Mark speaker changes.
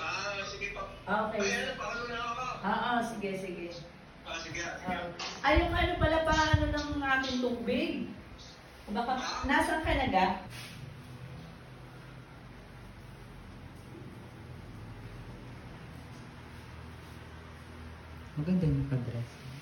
Speaker 1: Okay.
Speaker 2: Ah, Ayan, napakalo na ako.
Speaker 1: Oo, sige, sige.
Speaker 2: Ah, sige, sige.
Speaker 1: Ah, Ay, yung ano pala pa, ano ng aking tubig? Baka, nasaan ka naga?
Speaker 3: Maganda yung pag-dress.